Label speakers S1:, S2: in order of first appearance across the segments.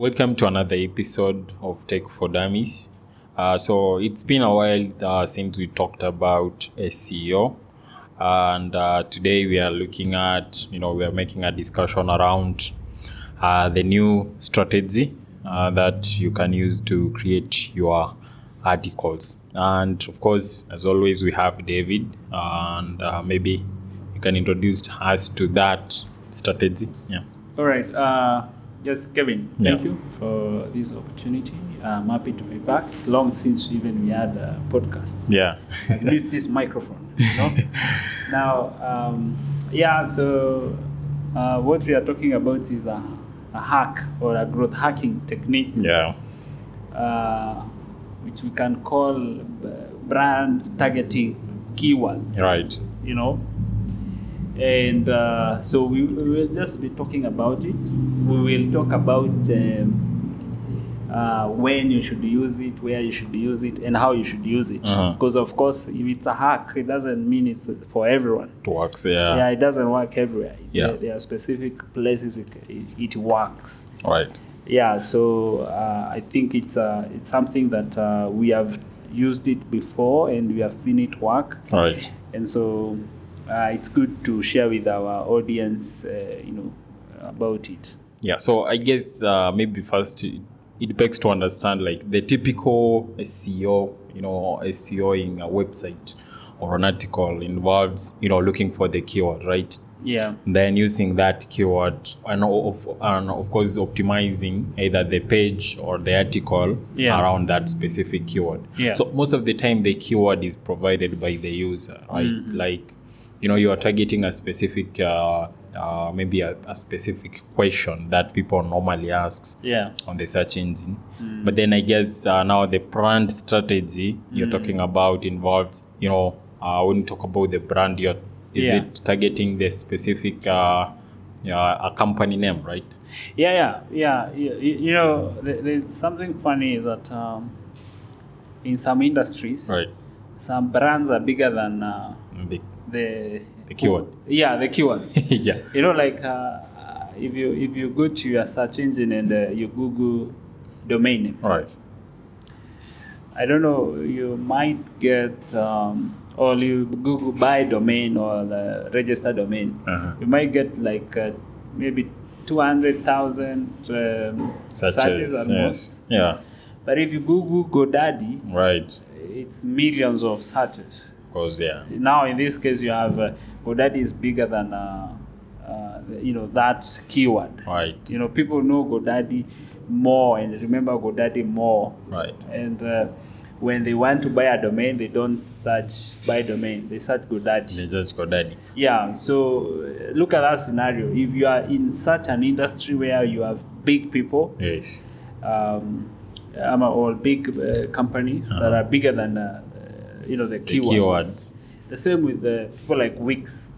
S1: Welcome to another episode of Tech for Dummies. Uh, so it's been a while uh, since we talked about SEO, and uh, today we are looking at you know we are making a discussion around uh, the new strategy uh, that you can use to create your articles. And of course, as always, we have David, and uh, maybe you can introduce us to that strategy. Yeah.
S2: All right. Uh, yes, Kevin, thank
S1: Yeah.
S2: you for this opportunity. I'm happy to be back. It's long since even we had a podcast.
S1: Yeah.
S2: At least this microphone. You know? now, um, yeah, so uh, what we are talking about is a, a hack or a growth hacking technique,
S1: yeah.
S2: uh, which we can call b- brand targeting keywords.
S1: Right.
S2: you know and uh, so we, we will just be talking about it we will talk about um, uh, when you should use it where you should use it and how you should use it
S1: Uh-huh.
S2: because of course if it's a hack it doesn't mean it's for everyone
S1: It works.
S2: yeah,
S1: Yeah.
S2: it doesn't work everywhere
S1: Yeah.
S2: there, there are specific places it, it, it works
S1: Right.
S2: yeah so uh, i think it's uh, it's something that uh, we have used it before and we have seen it work
S1: Right.
S2: and so uh, it's good to share with our audience uh, you know about it
S1: Yeah. So I guess uh, maybe first it it begs to understand like the typical SEO, you know, SEOing a website or an article involves, you know, looking for the keyword, right?
S2: yeah
S1: Then using that keyword and of, and of course optimizing either the page or the article
S2: Yeah.
S1: around that specific keyword.
S2: Yeah.
S1: So most of the time the keyword is provided by the user, right?
S2: Mm-hmm.
S1: Like, you know, you are targeting a specific, uh, uh, maybe a, a specific question that people normally asks
S2: yeah
S1: on the search engine.
S2: Mm.
S1: But then I guess uh, now the brand strategy
S2: Mm.
S1: you're talking about involves, you know, uh, when you talk about the brand, you're is
S2: Yeah.
S1: it targeting the specific uh, uh, a company name, right?
S2: yeah yeah yeah you, you know the, the, something funny is that um, in some industries
S1: Right.
S2: some brands are bigger than uh,
S1: The,
S2: the
S1: The keyword.
S2: yeah the keywords
S1: yeah.
S2: you know like uh, if you if you go to your search engine and uh, you google domain name
S1: All right.
S2: I don't know, you might get, um, or you Google buy domain or uh, register domain,
S1: Uh-huh.
S2: you might get like uh, maybe 200,000 um,
S1: Such
S2: searches
S1: as yes.
S2: at most.
S1: Yeah.
S2: But if you Google GoDaddy,
S1: Right.
S2: it's millions of searches.
S1: Because yeah.
S2: Now, in this case, you have uh, GoDaddy is bigger than, uh, uh, you know, that keyword.
S1: Right.
S2: You know, people know GoDaddy more and remember GoDaddy more
S1: Right.
S2: and uh, when they want to buy a domain they don't search by domain they search godaddy
S1: They just got daddy.
S2: yeah so uh, look at that scenario if you are in such an industry where you have big people
S1: Yes.
S2: um, um, or big uh, companies that are bigger than uh, uh, you know the
S1: Uh-huh. The
S2: keywords.
S1: keywords.
S2: the same with uh, people like wix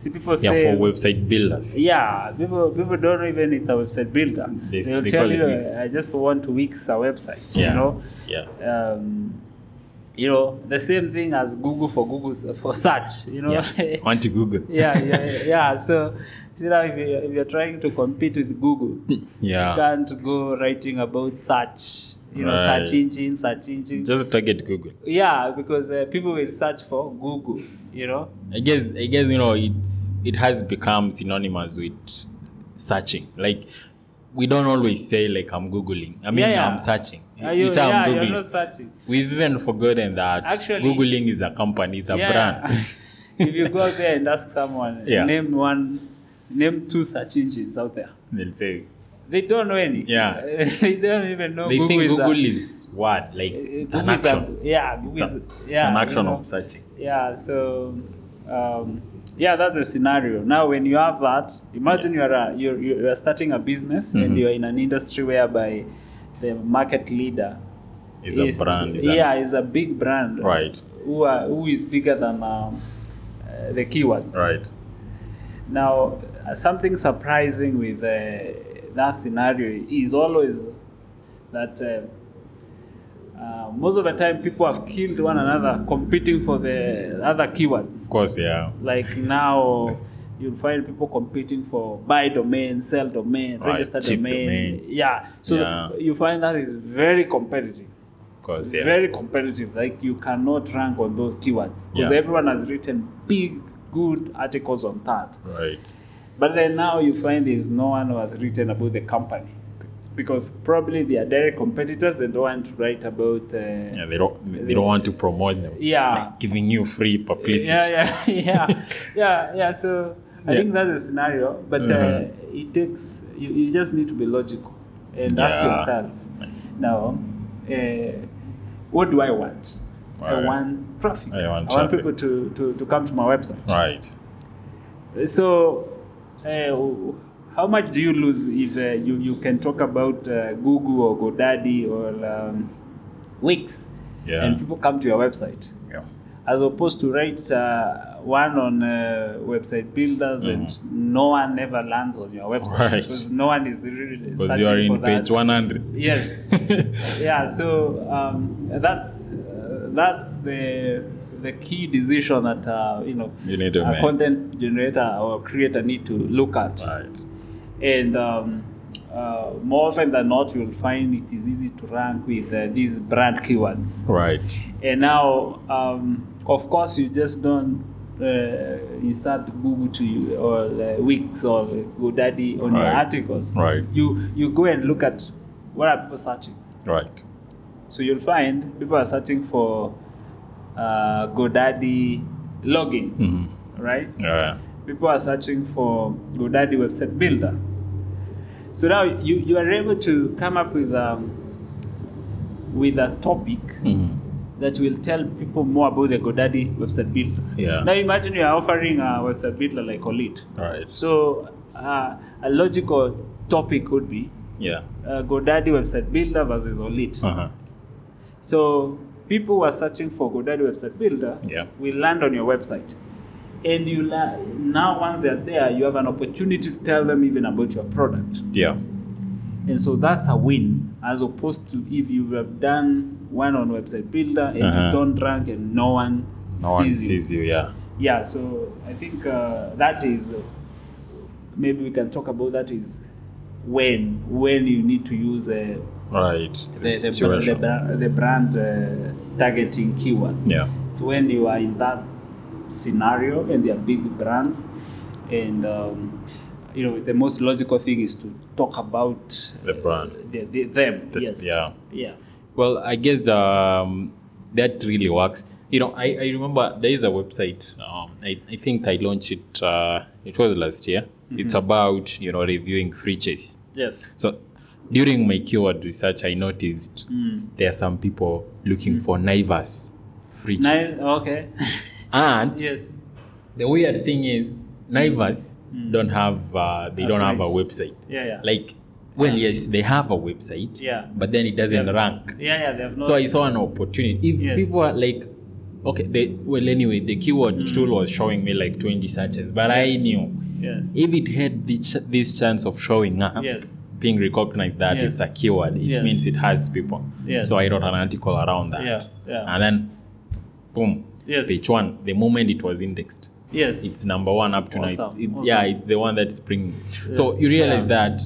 S2: see people
S1: Yeah,
S2: say
S1: for website builders.
S2: yeah, people people don't even need a website builder.
S1: They-
S2: They'll
S1: they
S2: tell
S1: call it
S2: you,
S1: Wix.
S2: "I just want to Wix a website."
S1: Yeah.
S2: You know,
S1: Yeah.
S2: um, you know the same thing as Google for Google for search. You know,
S1: Yeah.
S2: yeah,
S1: Want to Google.
S2: yeah, yeah, So, you know, if, you, if you're trying to compete with Google, you
S1: Yeah.
S2: can't go writing about search. You know,
S1: Right.
S2: search engine, search engine.
S1: Just target Google.
S2: yeah, because uh, people will search for Google. You know,
S1: I guess I guess you know it's it has become synonymous with searching. Like we don't always say like I'm googling. I mean
S2: Yeah, yeah.
S1: I'm searching.
S2: Are
S1: You
S2: you,
S1: say
S2: yeah,
S1: I'm
S2: you're
S1: googling.
S2: not searching.
S1: We've even forgotten that
S2: Actually-
S1: googling is a company, it's a brand.
S2: if you go out there and ask someone,
S1: Yeah.
S2: name one, name two search engines out there.
S1: They'll say
S2: They don't know any.
S1: Yeah.
S2: they don't even know
S1: they
S2: Google
S1: think
S2: is a-
S1: Google is what like
S2: uh,
S1: it's an
S2: Google is a-
S1: action.
S2: yeah, Google
S1: It's,
S2: is,
S1: a,
S2: yeah,
S1: it's an
S2: you
S1: action
S2: know.
S1: of searching.
S2: Yeah, so um, yeah, that's the scenario. Now, when you have that, imagine you are a, you're you are starting a business
S1: Mm-hmm.
S2: and you are in an industry whereby the market leader
S1: It's a brand. It's a-
S2: yeah, is a big brand,
S1: Right.
S2: Who are who is bigger than um, uh, the keywords,
S1: Right.
S2: Now, uh, something surprising with uh, that scenario is always that uh, uh, most of the time people have killed one another competing for the other keywords.
S1: Of course, yeah.
S2: Like now, you'll find people competing for buy domain, sell domain,
S1: Right,
S2: register
S1: cheap
S2: domain.
S1: domains.
S2: Yeah. So
S1: Yeah.
S2: you find that is very competitive.
S1: because
S2: It's
S1: they're
S2: very competitive. Like you cannot rank on those keywords because
S1: Yeah.
S2: everyone has written big, good articles on that.
S1: right.
S2: But then now you find there's no one who has written about the company because probably they are direct competitors and don't want to write about. Uh,
S1: Yeah, they don't they don't want to promote them.
S2: Yeah.
S1: Like giving you free publicity.
S2: Yeah, yeah, yeah, yeah, yeah. So I
S1: Yeah.
S2: think that's the scenario, but
S1: Mhm.
S2: uh, it takes you, you just need to be logical and ask
S1: Yeah.
S2: yourself now, uh, what do I want? I
S1: Right.
S2: want traffic.
S1: I want traffic.
S2: people to, to, to come to my website.
S1: Right.
S2: So, uh, how much do you lose if uh, you, you can talk about uh, Google or GoDaddy or um, Wix
S1: Yeah.
S2: and people come to your website?
S1: Yeah.
S2: as opposed to write uh, one on uh, website builders and no one ever lands on your website
S1: Mm-hmm. Right.
S2: because no one is really
S1: Because
S2: searching
S1: you are
S2: for
S1: in
S2: that.
S1: page one hundred.
S2: Yes, yeah. So um, that's uh, that's the the key decision that uh, you know
S1: You need to
S2: a
S1: make.
S2: content generator or creator need to look at,
S1: Right.
S2: and. Um, uh, more often than not, you'll find it is easy to rank with uh, these brand keywords.
S1: Right.
S2: And now, um, of course, you just don't uh, insert Google to you or uh, Wix or GoDaddy on your
S1: Right.
S2: articles.
S1: Right.
S2: You you go and look at what are people searching.
S1: Right.
S2: So you'll find people are searching for uh, GoDaddy login,
S1: Mhm.
S2: right?
S1: Yeah.
S2: People are searching for GoDaddy website builder. So now you, you are able to come up with um, with a topic
S1: Mhm.
S2: that will tell people more about the GoDaddy website builder.
S1: Yeah.
S2: Now imagine you are offering a website builder like Olit.
S1: Right.
S2: So uh, a logical topic would be
S1: Yeah.
S2: uh, GoDaddy website builder versus Olit.
S1: Uh-huh.
S2: So people who are searching for GoDaddy website builder
S1: Yeah.
S2: will land on your website. And you la- now once they are there, you have an opportunity to tell them even about your product.
S1: Yeah.
S2: And so that's a win as opposed to if you have done one on website builder and you
S1: Uh-huh.
S2: don't rank and no one
S1: No one
S2: sees you.
S1: sees you. Yeah.
S2: Yeah, so I think uh, that is uh, maybe we can talk about that is when when you need to use uh,
S1: Right.
S2: the,
S1: It's
S2: the, br- the,
S1: situation.
S2: bra- the brand uh, targeting keywords.
S1: Yeah.
S2: So when you are in that scenario and they are big brands, and um, you know the most logical thing is to talk about
S1: The brand.
S2: the, the, them.
S1: This-
S2: yes.
S1: Yeah.
S2: Yeah.
S1: Well, I guess um, that really works. You know, I, I remember there is a website. Um, I, I think I launched it. Uh, it was last year. It's
S2: Mm-hmm.
S1: about you know reviewing free chase.
S2: Yes.
S1: So during my keyword research, I noticed
S2: Mm.
S1: there are some people looking for Naivas free
S2: Nice.
S1: chase.
S2: Okay.
S1: and
S2: yes.
S1: the weird thing is, Naivas don't have uh, they
S2: Mm. A
S1: don't have a
S2: free-
S1: website.
S2: Yeah. Yeah.
S1: Like, well, yes, they have a website.
S2: Yeah.
S1: But then it doesn't
S2: Yeah.
S1: rank.
S2: yeah. Yeah. They have not.
S1: So I saw an opportunity. If
S2: Yes.
S1: people are like, okay, they, well, anyway, the keyword
S2: Mm.
S1: tool was showing me like 20 searches, but I knew
S2: yes.
S1: if it had the ch- this chance of showing up,
S2: Yes.
S1: being recognized that
S2: Yes.
S1: it's a keyword, it
S2: Yes.
S1: means it has people.
S2: Yes.
S1: So I wrote an article around that.
S2: Yeah, yeah.
S1: And then, boom,
S2: Yes.
S1: page one, the moment it was indexed.
S2: Yes.
S1: It's number one up to now. It's,
S2: Awesome,
S1: it, Yeah,
S2: awesome.
S1: it's the one that's springing. So you realize that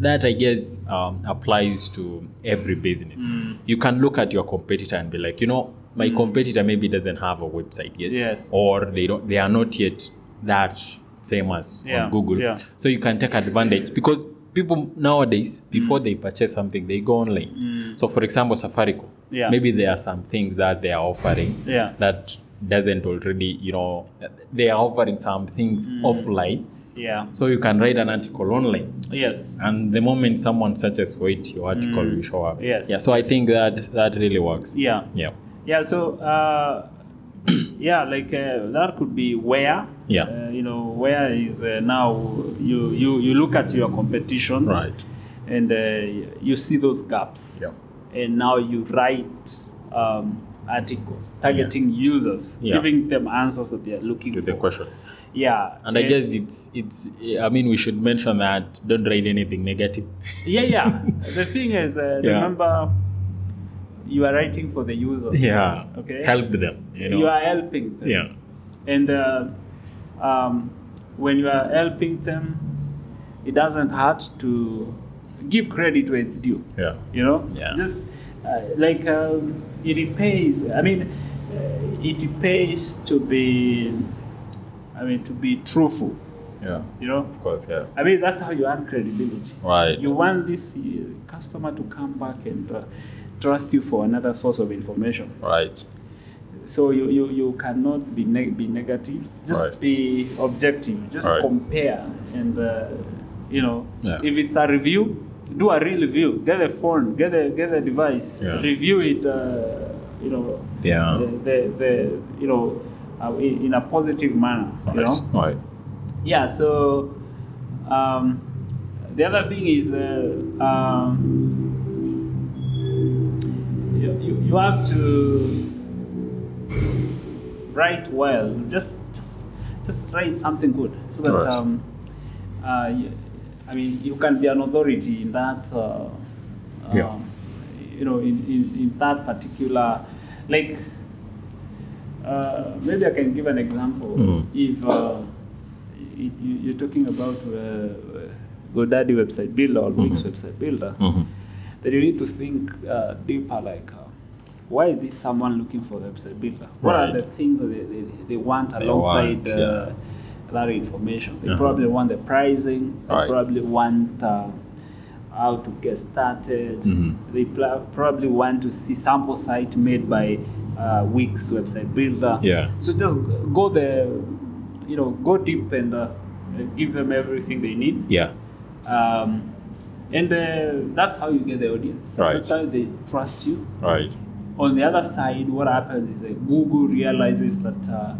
S1: that I guess um, applies to every business.
S2: Mm.
S1: You can look at your competitor and be like, you know, my competitor maybe doesn't have a website, yes,
S2: Yes.
S1: or they don't, they are not yet that famous
S2: Yeah,
S1: on Google.
S2: yeah.
S1: So you can take advantage because people nowadays,
S2: Mm.
S1: before they purchase something, they go online. So for example, Safaricom.
S2: Yeah.
S1: Maybe there are some things that they are offering
S2: Yeah.
S1: that doesn't already, you know, they are offering some things
S2: Mm.
S1: offline.
S2: yeah.
S1: So you can write an article online.
S2: Yes.
S1: And the moment someone searches for it, your article will show up.
S2: Mm. Yes.
S1: Yeah. So I think that that really works.
S2: Yeah.
S1: Yeah.
S2: Yeah. So, uh, yeah, like uh, that could be where.
S1: Yeah.
S2: Uh, you know, where is uh, now? You you you look at your competition,
S1: Right.
S2: And uh, you see those gaps.
S1: Yeah.
S2: And now you write um, articles targeting users,
S1: Yeah.
S2: giving them answers that they are looking
S1: To
S2: for.
S1: the question.
S2: Yeah.
S1: And I guess it's it's I mean we should mention that don't write anything negative.
S2: Yeah, yeah. the thing is, uh,
S1: Yeah.
S2: remember, you are writing for the users.
S1: Yeah.
S2: Okay.
S1: Help them. You know.
S2: are helping them.
S1: yeah.
S2: And uh, um, when you are helping them, it doesn't hurt to give credit where it's due.
S1: Yeah.
S2: You know,
S1: Yeah.
S2: just uh, like um, it repays. I mean, uh, it repays to be, I mean, to be truthful.
S1: Yeah.
S2: You know,
S1: Of course. Yeah.
S2: I mean that's how you earn credibility.
S1: Right.
S2: You want this uh, customer to come back and uh, trust you for another source of information.
S1: Right.
S2: So you, you, you cannot be neg- be negative. Just
S1: Right.
S2: be objective. Just
S1: Right.
S2: compare and uh, you know
S1: Yeah.
S2: if it's a review, do a real review. Get a phone. Get a get a device.
S1: Yeah.
S2: Review it. Uh, you know
S1: Yeah.
S2: the, the, the you know uh, in, in a positive manner. You
S1: Right.
S2: know
S1: Right.
S2: yeah so um, the other thing is uh, um, you, you, you have to write well just just just write something good so that
S1: Right.
S2: um, uh, you, i mean you can be an authority in that uh,
S1: Yeah.
S2: um, you know in, in, in that particular like uh, maybe I can give an example.
S1: Mm.
S2: If uh, you, you- you're talking about uh, GoDaddy website builder or Wix website builder,
S1: Mhm.
S2: then you need to think uh, deeper like, uh, why is someone looking for a website builder? What are
S1: Right.
S2: the things that they, they, they want
S1: They
S2: alongside
S1: want,
S2: uh, that information? They
S1: Uh-huh.
S2: probably want the pricing,
S1: Right.
S2: they probably want uh, how to get started.
S1: Mhm.
S2: They pl- probably want to see sample site made by uh, Wix website builder.
S1: Yeah.
S2: So just go there, you know, go deep and uh, give them everything they need.
S1: Yeah.
S2: Um, and uh, that's how you get the audience.
S1: Right.
S2: That's how they trust you.
S1: Right.
S2: On the other side, what happens is that Google realizes that uh,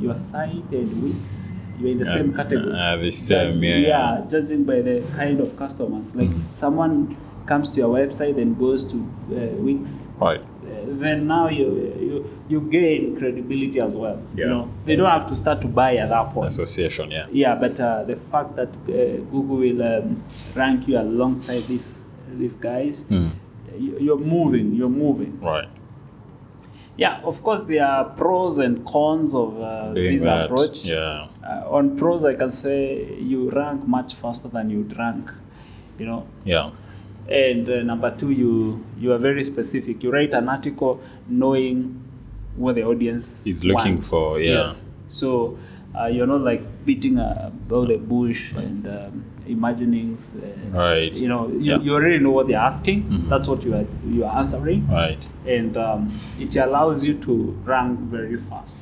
S2: your site and Wix, you're in the same
S1: Uh,
S2: category.
S1: Uh, the
S2: Judge-
S1: same. Yeah. yeah.
S2: judging by the kind of customers. Like
S1: Mhm.
S2: someone comes to your website and goes to uh, Wix,
S1: Right.
S2: uh, then now you, you you gain credibility as well. You
S1: Yeah.
S2: know, they don't have to start to buy at that point.
S1: Association. Yeah.
S2: Yeah, but uh, the fact that uh, Google will um, rank you alongside these these guys,
S1: Mm.
S2: you, you're moving. You're moving.
S1: Right.
S2: Yeah, of course there are pros and cons of uh,
S1: Doing
S2: this
S1: that.
S2: approach.
S1: Yeah.
S2: Uh, on pros, I can say you rank much faster than you rank, you know.
S1: Yeah.
S2: And uh, number two, you you are very specific. You write an article knowing what the audience
S1: Is looking
S2: wants.
S1: for, yeah.
S2: So uh, you're not like beating a, about a bush and um, imagining. Uh,
S1: Right.
S2: You know, you,
S1: Yeah.
S2: you already know what they're asking.
S1: Mhm.
S2: That's what you are you are answering
S1: Right.
S2: and um, it allows you to rank very fast.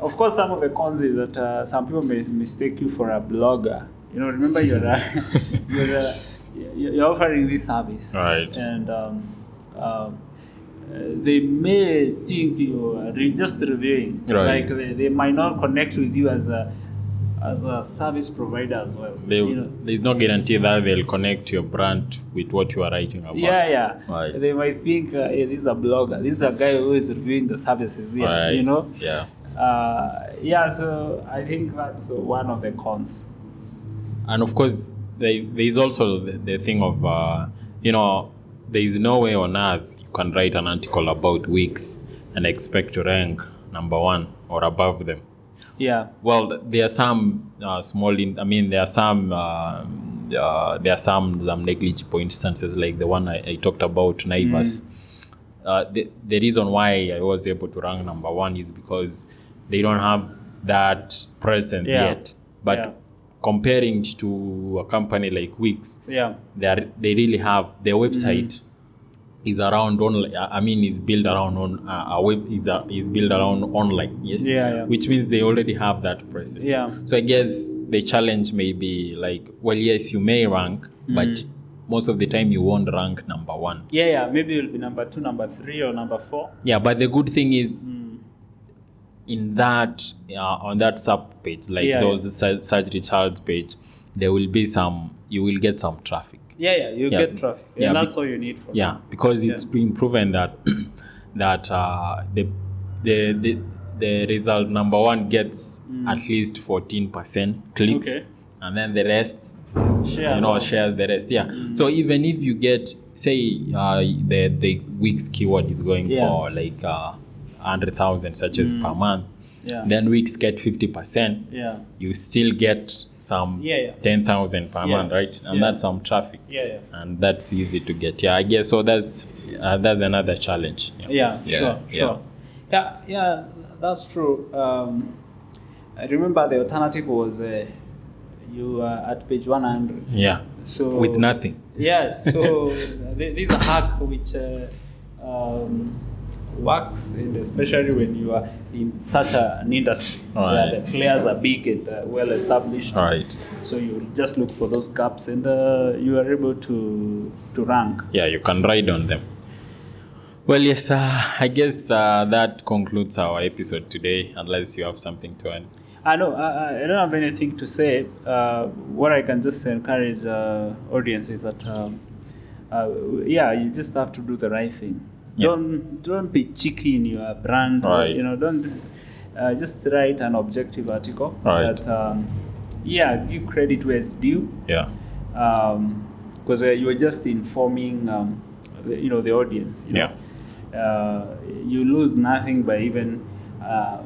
S2: Of course, some of the cons is that uh, some people may mistake you for a blogger. You know, remember you're a, you're, a, you're offering this service,
S1: Right.
S2: And um, um, uh, they may think you are re- just reviewing,
S1: Right.
S2: like they, they might not connect with you as a as a service provider as well.
S1: They,
S2: you know,
S1: There's no guarantee that they'll connect your brand with what you are writing about.
S2: Yeah, yeah.
S1: Right.
S2: They might think, uh, hey, this is a blogger. This is a guy who is reviewing the services here,
S1: Right.
S2: you know?
S1: Yeah.
S2: Uh, yeah, so I think that's uh, one of the cons.
S1: and of course there, there is also the, the thing of uh, you know there is no way on earth you can write an article about Wix and expect to rank number one or above them
S2: Yeah,
S1: well th- there are some uh, small in, i mean there are some uh, uh, there are some some negligible instances like the one i, I talked about
S2: Mm.
S1: naivas uh, the, the reason why i was able to rank number one is because they don't have that presence
S2: Yeah.
S1: yet but
S2: Yeah.
S1: comparing it to a company like wix
S2: yeah,
S1: they are, they really have their website
S2: Mm.
S1: is around online i I mean is built around on uh, a web is, a, is built around online yes
S2: Yeah, yeah.
S1: which means they already have that presence
S2: Yeah.
S1: so i guess the challenge may be like well yes you may rank
S2: Mm.
S1: but most of the time you won't rank number one
S2: yeah, yeah. Maybe it'll be number two, number three, or number four.
S1: yeah but the good thing is
S2: Mm.
S1: in that uh, on that sub page like
S2: Yeah,
S1: those
S2: yeah.
S1: the sur- search results page there will be some you will get some traffic
S2: Yeah, yeah. You
S1: Yeah.
S2: get traffic, and
S1: Yeah,
S2: that's all you need for
S1: yeah because it's been proven that that uh, the, the the the result number one gets at least 14% clicks
S2: Mm. Okay.
S1: and then the rest
S2: share.
S1: you know
S2: that.
S1: shares the rest yeah
S2: Mm.
S1: so even if you get say uh, the the week's keyword is going
S2: Yeah. Mm.
S1: for like uh, 100000 searches per month
S2: Yeah.
S1: then weeks get 50%,
S2: Yeah.
S1: you still get some
S2: Yeah, yeah.
S1: 10,000 per
S2: Yeah.
S1: month, right? And
S2: Yeah.
S1: that's some traffic.
S2: Yeah, yeah.
S1: And that's easy to get. Yeah, I guess so. That's uh, that's another challenge.
S2: yeah,
S1: Yeah,
S2: sure,
S1: yeah.
S2: sure. Yeah, yeah, that's true. Um, I remember the alternative was uh, you are at page 100.
S1: Yeah.
S2: So
S1: With nothing.
S2: Yes, so th- this is a hack which uh, um, works, and especially when you are in such a- an industry where
S1: Alright.
S2: the players are big and uh, well established.
S1: All right.
S2: So you just look for those gaps, and uh, you are able to to rank.
S1: yeah you can ride on them well yes uh, i guess uh, that concludes our episode today unless you have something to add
S2: I know I, I don't have anything to say. Uh, what I can just encourage uh, audience is that, um, uh, yeah, you just have to do the right thing.
S1: Yeah.
S2: Don't don't be cheeky in your brand. or,
S1: Right.
S2: You know, don't uh, just write an objective article
S1: Right.
S2: that, um, yeah, give credit where it's due,
S1: yeah
S2: because uh, you're just informing, um, the, you know, the audience. You know?
S1: yeah
S2: uh, you lose nothing by even uh,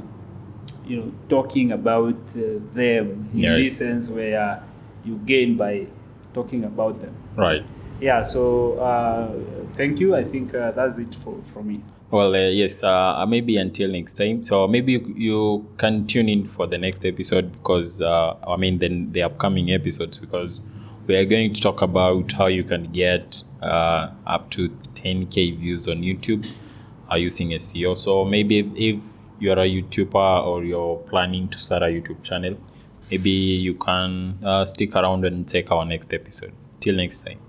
S2: you know talking about uh, them in
S1: Yes.
S2: this sense where you gain by talking about them
S1: right
S2: yeah so uh, thank you i think uh, that's it for, from me
S1: well uh, yes uh, maybe until next time so maybe you, you can tune in for the next episode because uh, i mean then the upcoming episodes because we are going to talk about how you can get uh, up to 10k views on youtube uh, using seo so maybe if you're a youtuber or you're planning to start a youtube channel maybe you can uh, stick around and take our next episode till next time